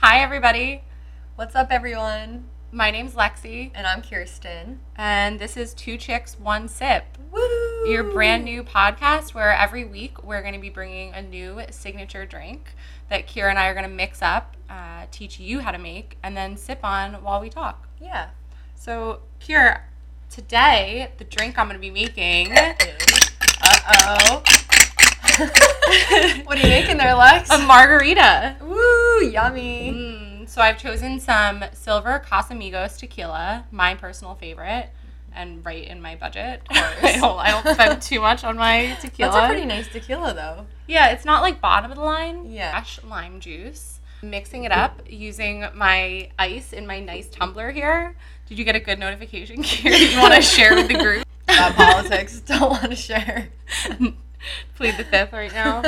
Hi, everybody. What's up, everyone? My name's Lexi, And I'm Kirsten. and this is Two Chicks, One Sip, Woo! your brand new podcast where every week we're going to be bringing a new signature drink that Kira and I are going to mix up, uh, teach you how to make, and then sip on while we talk. Yeah. So, Kira, today the drink I'm going to be making. Uh oh. what are you making there, Lex? A margarita. Woo! Yummy. Mm, so I've chosen some silver Casamigos tequila, my personal favorite, and right in my budget. I don't, I don't spend too much on my tequila. That's a pretty nice tequila, though. yeah, it's not like bottom of the line. Yeah. Fresh lime juice. Mixing it up using my ice in my nice tumbler here. Did you get a good notification here that you want to share with the group? About politics, don't want to share. Plead the fifth right now.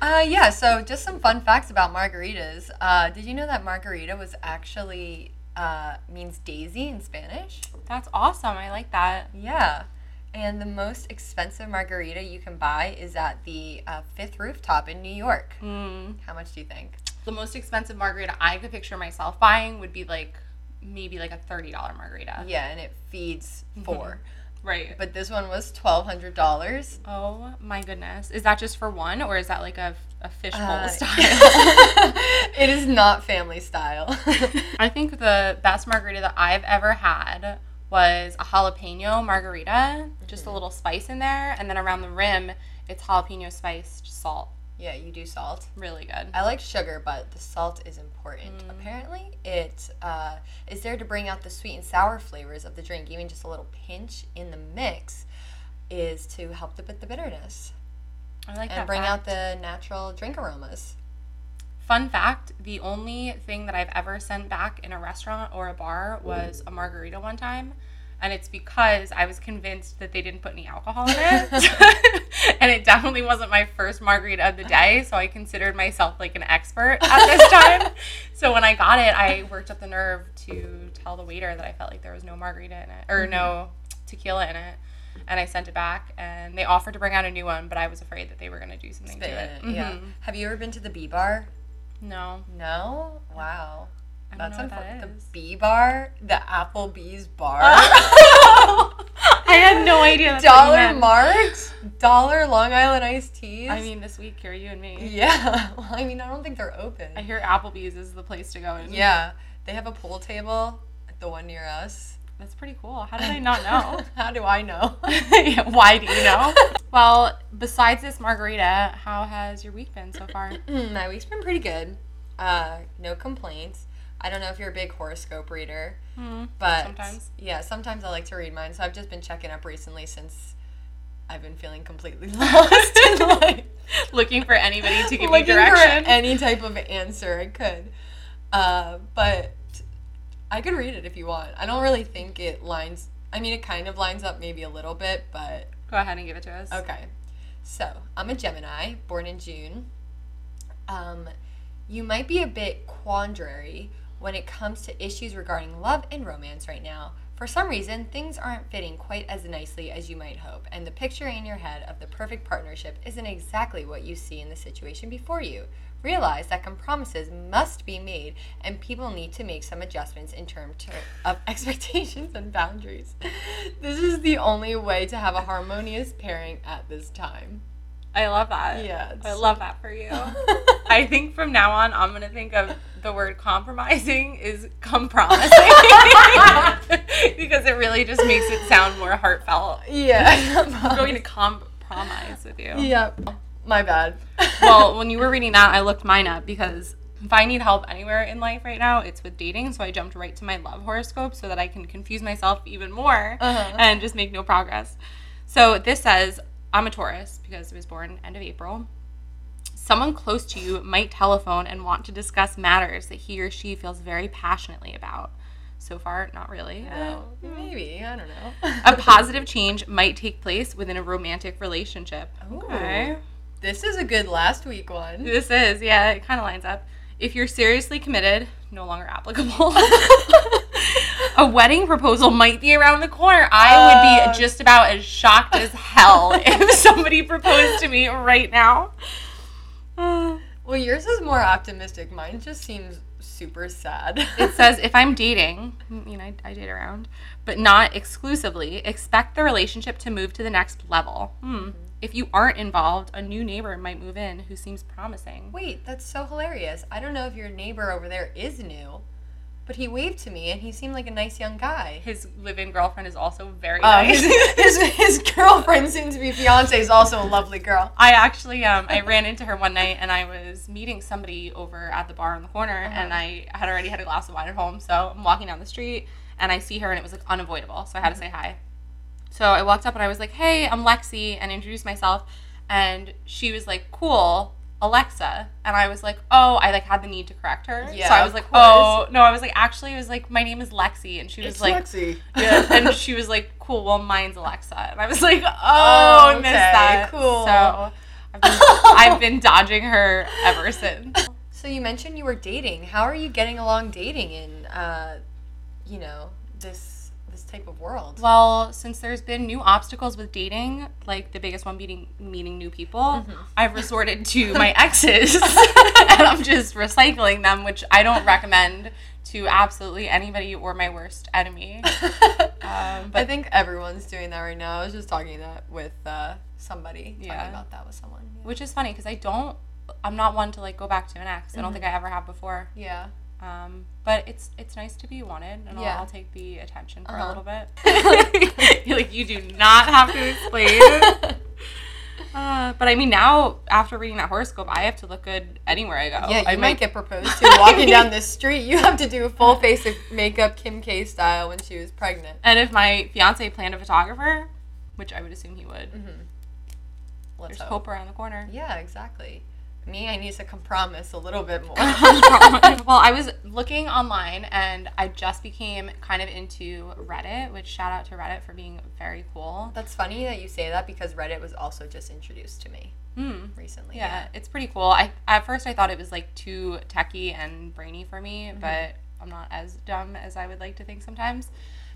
Uh, yeah, so just some fun facts about margaritas. Uh, did you know that margarita was actually uh, means daisy in Spanish? That's awesome. I like that. Yeah. And the most expensive margarita you can buy is at the uh, Fifth Rooftop in New York. Mm. How much do you think? the most expensive margarita I could picture myself buying would be like maybe like a thirty dollar margarita. Yeah, and it feeds 4 Right. But this one was twelve hundred dollars. Oh my goodness. Is that just for one or is that like a, a fishbowl Uh, style? it is not family style. I think the best margarita that I've ever had was a jalapeno margarita, just Mm-hmm. a little spice in there, and then around the rim it's jalapeno spiced salt. yeah, you do salt. Really good. I like sugar, but the salt is important. Apparently, it uh, is there to bring out the sweet and sour flavors of the drink. Even just a little pinch in the mix is to help to put the bitterness I like and that. bring fact. out the natural drink aromas. Fun fact the only thing that I've ever sent back in a restaurant or a bar was a margarita one time. And it's because I was convinced that they didn't put any alcohol in it. and it definitely wasn't my first margarita of the day. So I considered myself like an expert at this time. so when I got it, I worked up the nerve to tell the waiter that I felt like there was no margarita in it or no tequila in it. And I sent it back. And they offered to bring out a new one, but I was afraid that they were going to do something to it. Yeah. Mhm. Have you ever been to the B bar? No. No. Wow. I don't That's know what that unfor- the is. B bar, the Applebee's bar. I had no idea. That's what you Dollar meant. Mart, Dollar Long Island iced teas. I mean, this week here, you and me. yeah. Well, I mean, I don't think they're I open. hear Applebee's is the place to go. In. Yeah, they have a pool table, at the one near us. that's pretty cool. How did I not know? How do I know? Yeah, Why do you know? well, besides this margarita, how has your week been so far? Mm, My week's been pretty good. Uh, no complaints. I don't know if you're a big horoscope reader, Hmm. but Sometimes. yeah, sometimes I like to read mine. So I've just been checking up recently since I've been feeling completely lost in life. Looking for anybody to give me looking direction. for any type of answer I could. Uh, but I could read it if you want. I don't really think it lines. I mean, it kind of lines up maybe a little bit, but go ahead and give it to us. okay. So I'm a Gemini, born in June. Um, you might be a bit quandary when it comes to issues regarding love and romance right now. For some reason, things aren't fitting quite as nicely as you might hope, and the picture in your head of the perfect partnership isn't exactly what you see in the situation before you. Realize that compromises must be made, and people need to make some adjustments in terms of expectations and boundaries. This is the only way to have a harmonious pairing at this time. I love that. Yeah, I it's- love that for you. I think from now on, I'm gonna think of the word compromising is compromising because it really just makes it sound more heartfelt. yeah. I'm going to compromise with you. Yep. My bad. Well, when you were reading that, I looked mine up because if I need help anywhere in life right now, it's with dating. So I jumped right to my love horoscope so that I can confuse myself even more Uh-huh. and just make no progress. So this says I'm a Taurus because I was born end of April. Someone close to you might telephone and want to discuss matters that he or she feels very passionately about. So far, not really. Well, maybe. I don't know. A positive change might take place within a romantic relationship. Ooh. This is a good last week one. This is, yeah, it kind of lines up. If you're seriously committed, no longer applicable. a wedding proposal might be around the corner. I would Oh. be just about as shocked as hell if somebody proposed to me right now. Uh, Well, yours is more optimistic. Mine just seems super sad. It says if I'm dating, I mean, I, I date around, but not exclusively, expect the relationship to move to the next level. Hmm. If you aren't involved, a new neighbor might move in who seems promising. Wait, that's so hilarious. I don't know if your neighbor over there is new, but he waved to me and he seemed like a nice young guy. His live in girlfriend is also very Um, nice. his, his, his girlfriend seems to be fiance is also a lovely girl. I actually um, I ran into her one night and I was meeting somebody over at the bar on the corner Uh-huh. and I had already had a glass of wine at home so I'm walking down the street and I see her and it was like unavoidable so I Mm-hmm. had to say hi so I walked up and I was like hey I'm Lexi and introduced myself and she was like cool Alexa and I was like oh I like had the need to correct her Yeah, so I of was like course. oh no I was like actually it was like my name is Lexi and she was like Lexi. yeah, and she was like, "Cool, well, mine's Alexa," and I was like, "Oh, I missed Okay, that." cool. So I've been, I've been dodging her ever since. So you mentioned you were dating. How are you getting along dating in, uh, you know, this this type of world? Well, since there's been new obstacles with dating, like the biggest one being meeting new people, I've resorted to my exes, and I'm just recycling them, which I don't recommend to absolutely anybody or my worst enemy. Um, I but think everyone's doing that right now. I was just talking that with uh, somebody. Yeah. Talking about that with someone. which is funny because I don't, I'm not one to like go back to an ex. I don't think I ever have before. Yeah. Um, but it's it's nice to be wanted, and I'll, Yeah. I'll take the attention for Uh-huh. a little bit. You're like, you do not have to explain. Uh, but I mean, now after reading that horoscope, I have to look good anywhere I go. Yeah, you Oh, I might get proposed to walking down the street. You have to do a full face of makeup, Kim K style, when she was pregnant. And if my fiance planned a photographer, which I would assume he would, Let's Mm-hmm. there's hope. hope around the corner. Yeah, exactly. Me, I need to compromise a little bit more. well, I was looking online and I just became kind of into Reddit, which shout out to Reddit for being very cool. That's funny that you say that because Reddit was also just introduced to me Hmm. recently. Yeah, it's pretty cool. I at first I thought it was like too techy and brainy for me, but I'm not as dumb as I would like to think sometimes.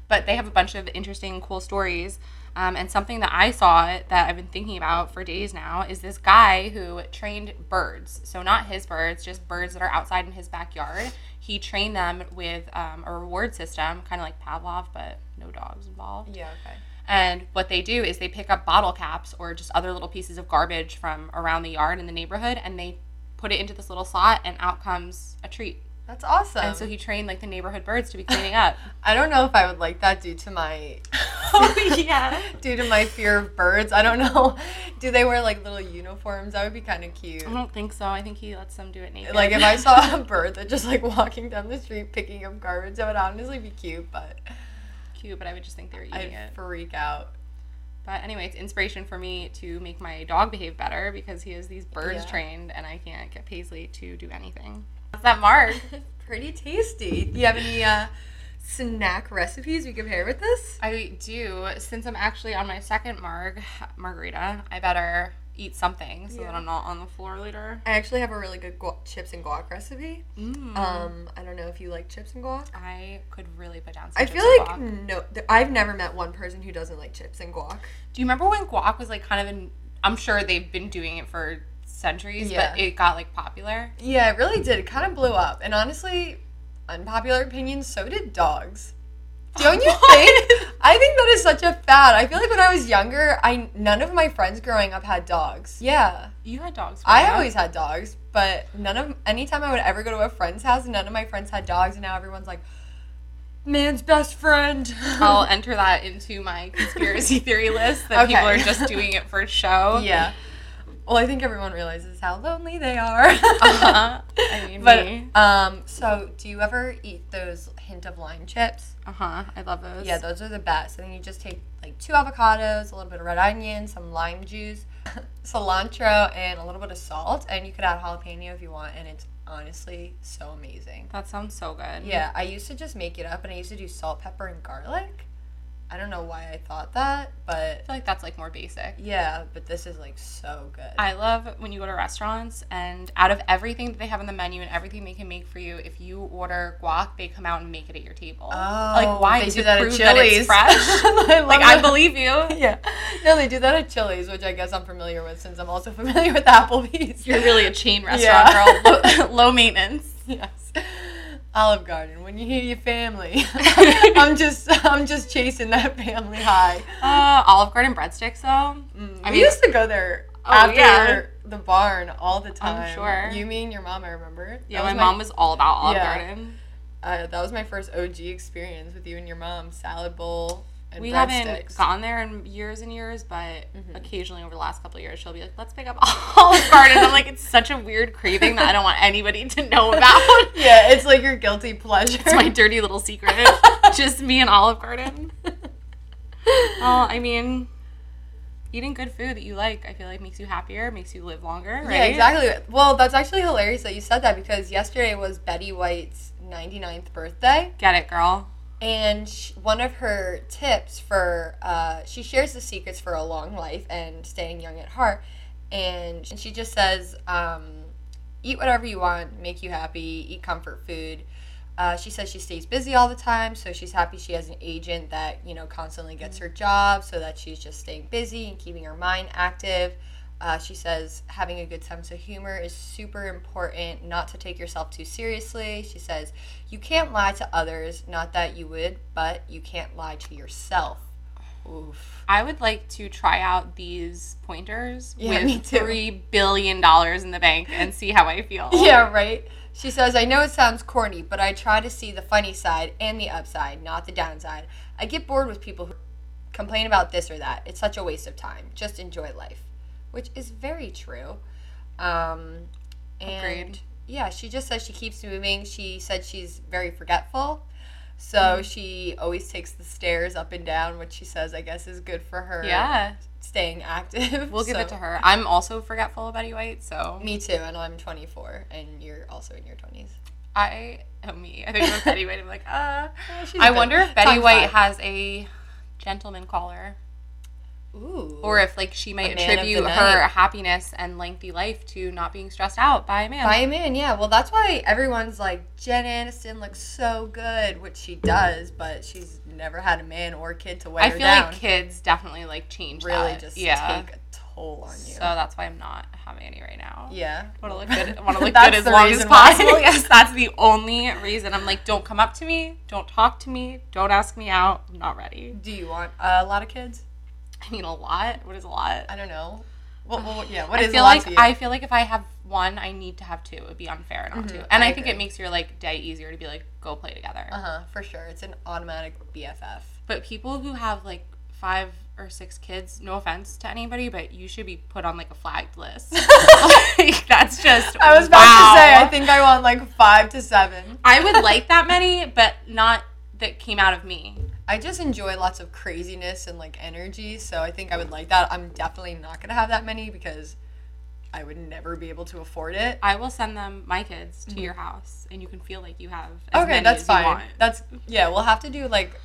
But they have a bunch of interesting, cool stories. Um, and something that I saw that I've been thinking about for days now is this guy who trained birds. So not his birds, just birds that are outside in his backyard. He trained them with um, a reward system, kind of like Pavlov, but no dogs involved. Yeah, okay. And what they do is they pick up bottle caps or just other little pieces of garbage from around the yard in the neighborhood and they put it into this little slot and out comes a treat. That's awesome. And so he trained like the neighborhood birds to be cleaning up. I don't know if I would like that due to my oh yeah. due to my fear of birds. I don't know. Do they wear like little uniforms? That would be kind of cute. I don't think so. I think he lets them do it naked. Like if I saw a bird that just like walking down the street picking up garbage, that would honestly be cute, but cute, but I would just think they were eating I'd it. freak out. But anyway, it's inspiration for me to make my dog behave better because he has these birds Yeah. trained and I can't get Paisley to do anything. That's that mark. Pretty tasty. Do you have any uh, snack recipes we could pair with this? I do. Since I'm actually on my second marg margarita, I better eat something so that Yeah. I'm not on the floor later. I actually have a really good guac- chips and guac recipe. Mm. Um, I don't know if you like chips and guac. I could really put down some. I chips feel and like guac. no, th- I've never met one person who doesn't like chips and guac. Do you remember when guac was like kind of an? I'm sure they've been doing it for centuries, Yeah. but it got like popular. Yeah, it really did. It kind of blew up. And honestly, unpopular opinion, so did dogs. Don't you think? I think that is such a fad. I feel like when I was younger, I none of my friends growing up had dogs. Yeah. You had dogs. growing I up. always had dogs, but none of anytime I would ever go to a friend's house, none of my friends had dogs and now everyone's like man's best friend. I'll enter that into my conspiracy theory list that Okay. people are just doing it for show. yeah. Well, I think everyone realizes how lonely they are. Uh-huh. I mean, But me. um, so do you ever eat those hint of lime chips? Uh huh. I love those. Yeah, those are the best. And then you just take like two avocados, a little bit of red onion, some lime juice, cilantro, and a little bit of salt. And you could add jalapeno if you want. And it's honestly so amazing. that sounds so good. Yeah, I used to just make it up, and I used to do salt, pepper, and garlic. I don't know why I thought that, but I feel like that's like more basic. yeah, but this is like so good. I love when you go to restaurants and out of everything that they have on the menu and everything they can make for you, if you order guac, they come out and make it at your table. oh, like why they You do could that at prove Chili's? it's fresh. I love like I that. believe you. Yeah. No, they do that at Chili's, which I guess I'm familiar with since I'm also familiar with Applebee's. You're really a chain restaurant Yeah. girl. Low, low maintenance. yes. Olive Garden. When you hear your family, I'm just I'm just chasing that family high. Uh, Olive Garden breadsticks though. Mm, I we mean- used to go there Oh, after yeah. the barn all the time. sure. You mean your mom? I remember. That Yeah, was my, mom was all about Olive Yeah. Garden. Uh, that was my first OG experience with you and your mom. Salad bowl and We haven't breadsticks. gone there in years and years, but Mhm. occasionally over the last couple of years, she'll be like, "Let's pick up Olive Garden." I'm like, "It's such a weird craving that I don't want anybody to know about." yeah, it's like your guilty pleasure. It's my dirty little secret. Just me and Olive Garden. Well, I mean, eating good food that you like, I feel like makes you happier, makes you live longer, right? Yeah, exactly. Well, that's actually hilarious that you said that because yesterday was Betty White's 99th birthday, Get it, girl. and sh one of her tips for uh, she shares the secrets for a long life and staying young at heart, and she just says, um, eat whatever you want, make you happy, eat comfort food. Uh, she says she stays busy all the time, so she's happy she has an agent that you know constantly gets her job, so that she's just staying busy and keeping her mind active. Uh, she says having a good sense of humor is super important, not to take yourself too seriously. She says you can't lie to others, not that you would, but you can't lie to yourself. Oof. I would like to try out these pointers Yeah, me with too. three billion dollars in the bank and see how I feel. Yeah, right? She says, I know it sounds corny, but I try to see the funny side and the upside, not the downside. I get bored with people who complain about this or that. It's such a waste of time. Just enjoy life, which is very true. Um, and Agreed. yeah, she just says she keeps moving. She said she's very forgetful. So Mm-hmm. she always takes the stairs up and down, which she says, I guess, is good for her Yeah. staying active. We'll give So- it to her. I'm also forgetful of Betty White, so Me too, and I'm 24, and you're also in your 20s. I oh me. I think about Betty White. I'm like, uh she's I been- wonder if Betty times White five. has a gentleman caller. Ooh. or if like she might A man of the attribute her night. happiness and lengthy life to not being stressed out by a man. by a man, yeah. Well, that's why everyone's like Jen Aniston looks so good, which she does, but she's never had a man or kid to weigh I her feel down. like kids definitely like change really that. just yeah. take a toll on you. So that's why I'm not having any right now. yeah. Want to look good? Want to look That's good as the long as reason why. possible? yes, that's the only reason. I'm like, don't come up to me, don't talk to me, don't ask me out. I'm not ready. Do you want a lot of kids? I mean, a lot. What is a lot? I don't know. Well, well yeah. What I is feel a lot like to you? I feel like if I have one, I need to have two. It would be unfair not to. And Mm-hmm. I I, think it makes your like day easier to be like, go play together. Uh huh. For sure, it's an automatic BFF. But people who have like five or six kids, no offense to anybody, but you should be put on like a flagged list. like, that's just. I was about wow. to say, I think I want like five to seven. I would like that many, but not that came out of me. I just enjoy lots of craziness and like energy, so I think I would like that. I'm definitely not gonna have that many because I would never be able to afford it. I will send them my kids to your house, and you can feel like you have. As Mm-hmm. Okay, many that's as You fine. want. That's yeah, we'll have to do like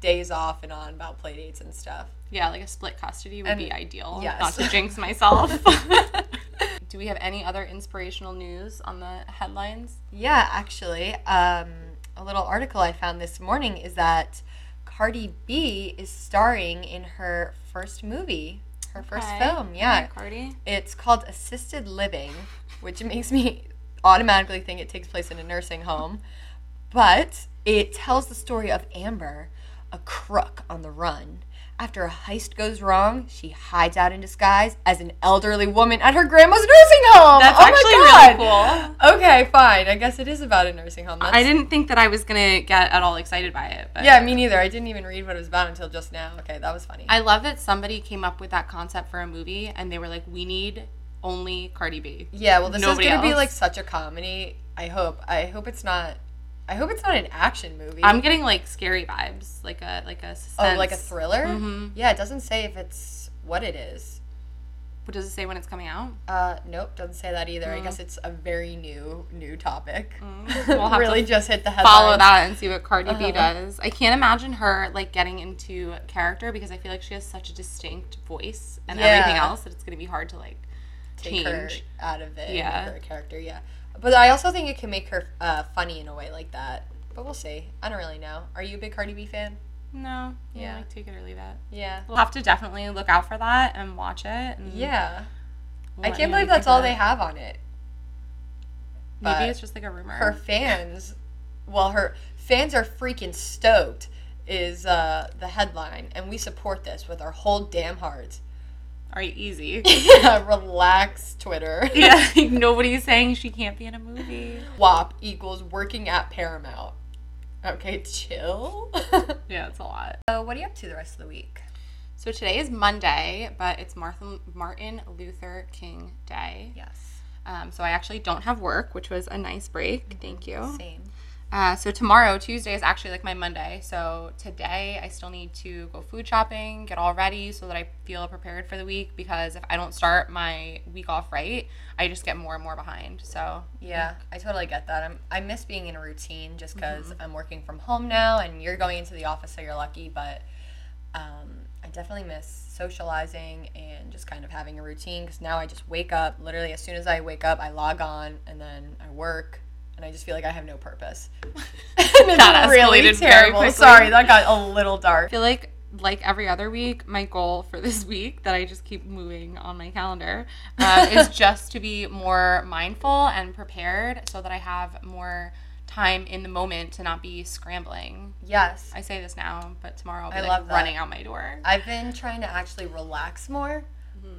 days off and on about play dates and stuff. Yeah, like a split custody would And- be ideal. yes. Not to jinx myself. Do we have any other inspirational news on the headlines? Yeah, actually, um, a little article I found this morning is that Cardi B is starring in her first movie, her first Okay. film. Yeah, Cardi? It's called assisted living, which makes me automatically think it takes place in a nursing home. But it tells the story of Amber, a crook on the run. After a heist goes wrong, she hides out in disguise as an elderly woman at her grandma's nursing home. That's oh my actually God. really cool. Okay, fine. I guess it is about a nursing home. That's, I didn't think that I was gonna get at all excited by it. But Yeah, me neither. I didn't even read what it was about until just now. Okay, that was funny. I love that somebody came up with that concept for a movie, and they were like, "We need only Cardi B." Yeah, well, this Nobody is gonna be else. like such a comedy. I hope. I hope it's not. I hope it's not an action movie. I'm getting like scary vibes, like a like a oh, suspense. like a thriller. Mhm. Yeah, it doesn't say if it's what it is. But does it say when it's coming out? Uh, nope, doesn't say that either. I Mm. guess it's a very new, new topic. We'll have to really just hit the headline. Follow that and see what Cardi B Uh-huh. does. I can't imagine her like getting into character because I feel like she has such a distinct voice and everything Yeah. else that it's gonna be hard to like Take her change. out of it. Yeah. Yeah. Her a character, yeah. But I also think it can make her uh, funny in a way like that. But we'll see. I don't really know. Are you a big Cardi B fan? No, yeah, Yeah. like take it or leave it. Yeah. We'll have to definitely look out for that and watch it. And Yeah. we'll let I can't you know believe what you that's all think they of have on it. it. Maybe but it's just like a rumor. her fans well her fans are freaking stoked is uh, the headline and we support this with our whole damn hearts Are you easy? yeah relax twitter yeah, like, nobody's saying she can't be in a movie. wap equals working at paramount okay chill Yeah, it's a lot. so what are you up to the rest of the week So today is Monday, but it's Martin Martin Luther King Day. yes Um, so I actually don't have work, which was a nice break. Thank you. same Uh, so tomorrow, Tuesday, is actually like my Monday. So today, I still need to go food shopping, get all ready so that I feel prepared for the week. Because if I don't start my week off right, I just get more and more behind. So yeah i totally get that I'm, i miss being in a routine just Mm-hmm. because i'm working from home now and you're going into the office so you're lucky but um, i definitely miss socializing and just kind of having a routine because now i just wake up literally as soon as i wake up i log on and then i work and i just feel like i have no purpose That that escalated very quickly. sorry that got a little I dark feel like like every other week, my goal for this week that I just keep moving on my calendar uh, is just to be more mindful and prepared so that I have more time in the moment to not be scrambling. yes I say this now, but tomorrow I'll be I like love that. running out my door. I've been trying to actually relax more.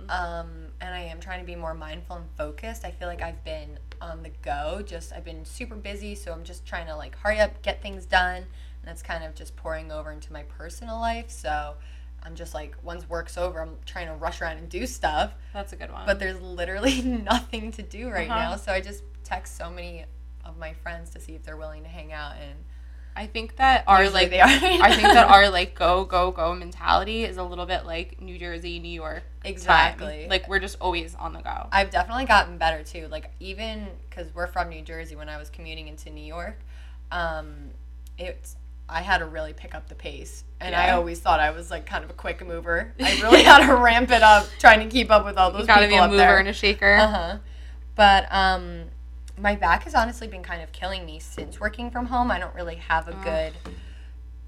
Um, and I am trying to be more mindful and focused. I feel like I've been on the go. Just I've been super busy, so I'm just trying to like hurry up, get things done, and that's kind of just pouring over into my personal life. So I'm just like once work's over, I'm trying to rush around and do stuff, That's a good one. but there's literally nothing to do right Uh-huh. now. So I just text so many of my friends to see if they're willing to hang out, and I think that our usually like they are. I think that our like go go go mentality is a little bit like New Jersey, New York. time. exactly Like we're just always on the go. I've definitely gotten better too. Like even because we're from New Jersey, when I was commuting into New York, um, it's I had to really pick up the pace, and I Yeah. always thought I was like kind of a quick mover. I really had to ramp it up trying to keep up with all those You gotta people be a up mover there. and a shaker. Uh huh. But um, my back has honestly been kind of killing me since working from home. I don't really have a good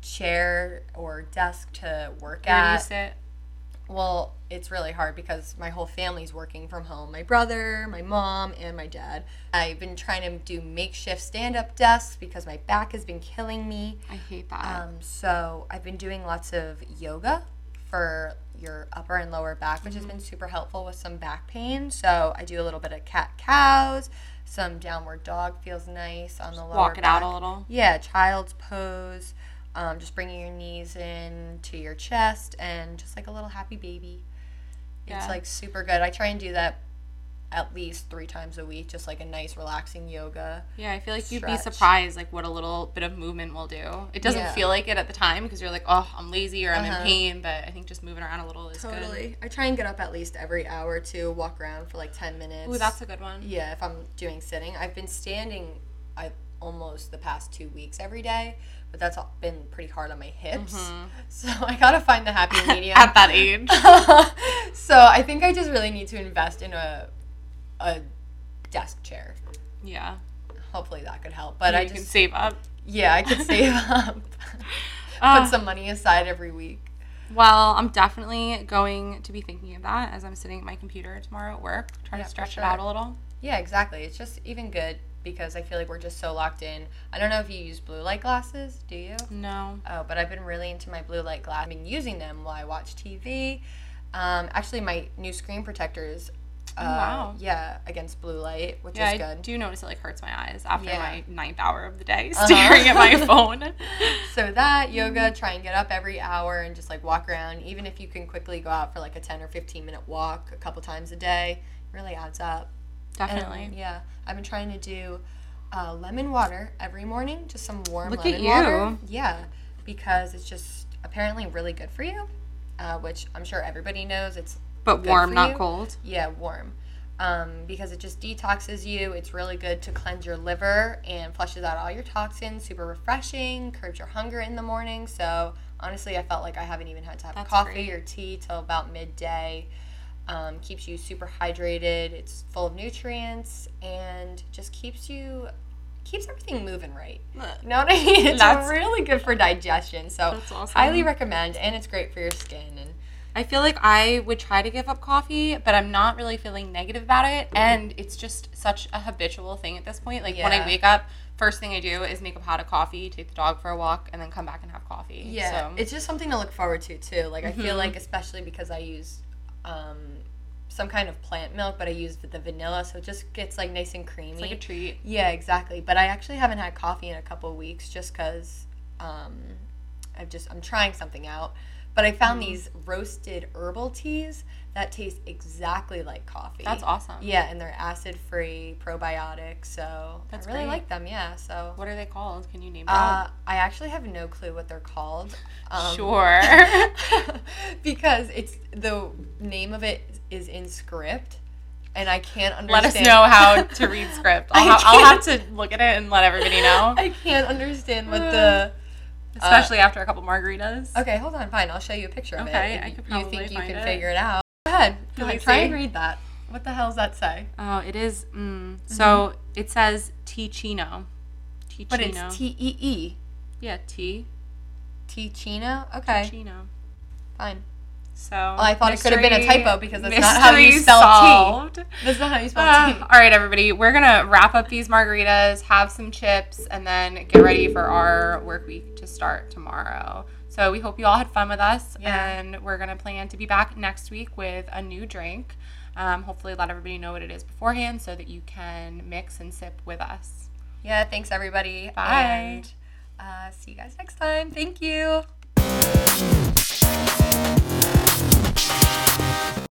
chair or desk to work Where do at. you sit? Well, it's really hard because my whole family's working from home. My brother, my mom, and my dad. I've been trying to do makeshift stand up desks because my back has been killing me. I hate that. Um, so I've been doing lots of yoga for your upper and lower back, which has Mm-hmm. been super helpful with some back pain. So I do a little bit of cat cows, some downward dog feels nice on the lower Walk it out back. a little. Yeah, child's pose. Um, just bringing your knees in to your chest and just like a little happy baby. Yeah. It's like super good. I try and do that at least three times a week, just like a nice relaxing yoga. Yeah, I feel like you'd be stretch. surprised like what a little bit of movement will do. It doesn't Yeah. feel like it at the time because you're like, oh, I'm lazy or I'm Uh-huh. in pain. But I think just moving around a little is good. I try and get up at least every hour to walk around for like 10 minutes. Ooh, that's a good one. yeah, if I'm doing sitting. I've been standing I almost the past two weeks every day, but that's all- been pretty hard on my hips. Mm-hmm. So I gotta find the happy medium. At that age. so I think I just really need to invest in a a desk chair. Yeah. Hopefully that could help. But I you just can save up. yeah, I could save up. Ah. Put some money aside every week. Well, I'm definitely going to be thinking of that as I'm sitting at my computer tomorrow at work, trying to Yeah, for stretch sure. it out a little. Yeah, exactly. It's just even good because I feel like we're just so locked in. I don't know if you use blue light glasses, do you? No. Oh, but I've been really into my blue light glass. I've been using them while I watch TV. Um, actually, my new screen protectors. Uh, Oh, wow. Yeah, against blue light, which Yeah, is I good. do notice it like hurts my eyes after Yeah. Uh-huh. my ninth hour of the day staring at my phone. So that Mm-hmm. yoga, try and get up every hour and just like walk around. Even if you can quickly go out for like a ten or fifteen minute walk a couple times a day, really adds up. And, Definitely. yeah, I've been trying to do uh, lemon water every morning, just some warm Look at lemon you. water. Yeah, because it's just apparently really good for you, uh, which I'm sure everybody knows. It's But good warm, for not you. cold. Yeah, warm. Um, because it just detoxes you. It's really good to cleanse your liver and flushes out all your toxins. Super refreshing. Curbs your hunger in the morning. So honestly, I felt like I haven't even had to have That's coffee great. or tea till about midday. Um, keeps you super hydrated. It's full of nutrients and just keeps you keeps everything moving right. You know what I mean? It's That's- really good for digestion. So That's awesome. highly recommend, and it's great for your skin. And I feel like I would try to give up coffee, but I'm not really feeling negative about it. And it's just such a habitual thing at this point. Like when I Yeah. wake up, first thing I do is make a pot of coffee, take the dog for a walk, and then come back and have coffee. Yeah, So it's just something to look forward to too. Like I feel Mhm. like, especially because I use um, some kind of plant milk, but I use the vanilla, so it just gets like nice and creamy. it's like a treat. yeah, exactly. But I actually haven't had coffee in a couple weeks, just because um, I've just I'm trying something out. But I found Mm-hmm. these roasted herbal teas that taste exactly like coffee. That's awesome. Yeah, and they're acid free, probiotic. So That's I really great. like them. Yeah. So What are they called? Can you name them? uh, I actually have no clue what they're called. Um, sure. because it's the name of it is in script, and I can't let understand. us know how to read script. I I'll, ha- I'll have can't- Uh, to look at it and let everybody know, I can't understand what the. especially after a couple margaritas. Okay, hold on. Fine, I'll show you a picture of it. Okay, if I you- could You probably think you find can it. figure it out? Go ahead. Go Let me ahead. Try and see. read that. What the hell does that say? Oh, it is. Mm. So it says Ticino. Ticino. Mm-hmm. But it's T E E. yeah, T. T Chino. Okay, Ticino. fine. So I thought it could have been a mystery- typo because that's not how you mystery spell tea. solved. That's not how you spell E tea. Uh, all right, everybody, we're gonna wrap up these margaritas, have some chips, and then get ready for our work week to start tomorrow. So we hope you all had fun with us, Yeah. and we're gonna plan to be back next week with a new drink. Um, hopefully, let everybody know what it is beforehand so that you can mix and sip with us. Yeah, thanks everybody. Bye. And uh, see you guys next time. Thank you.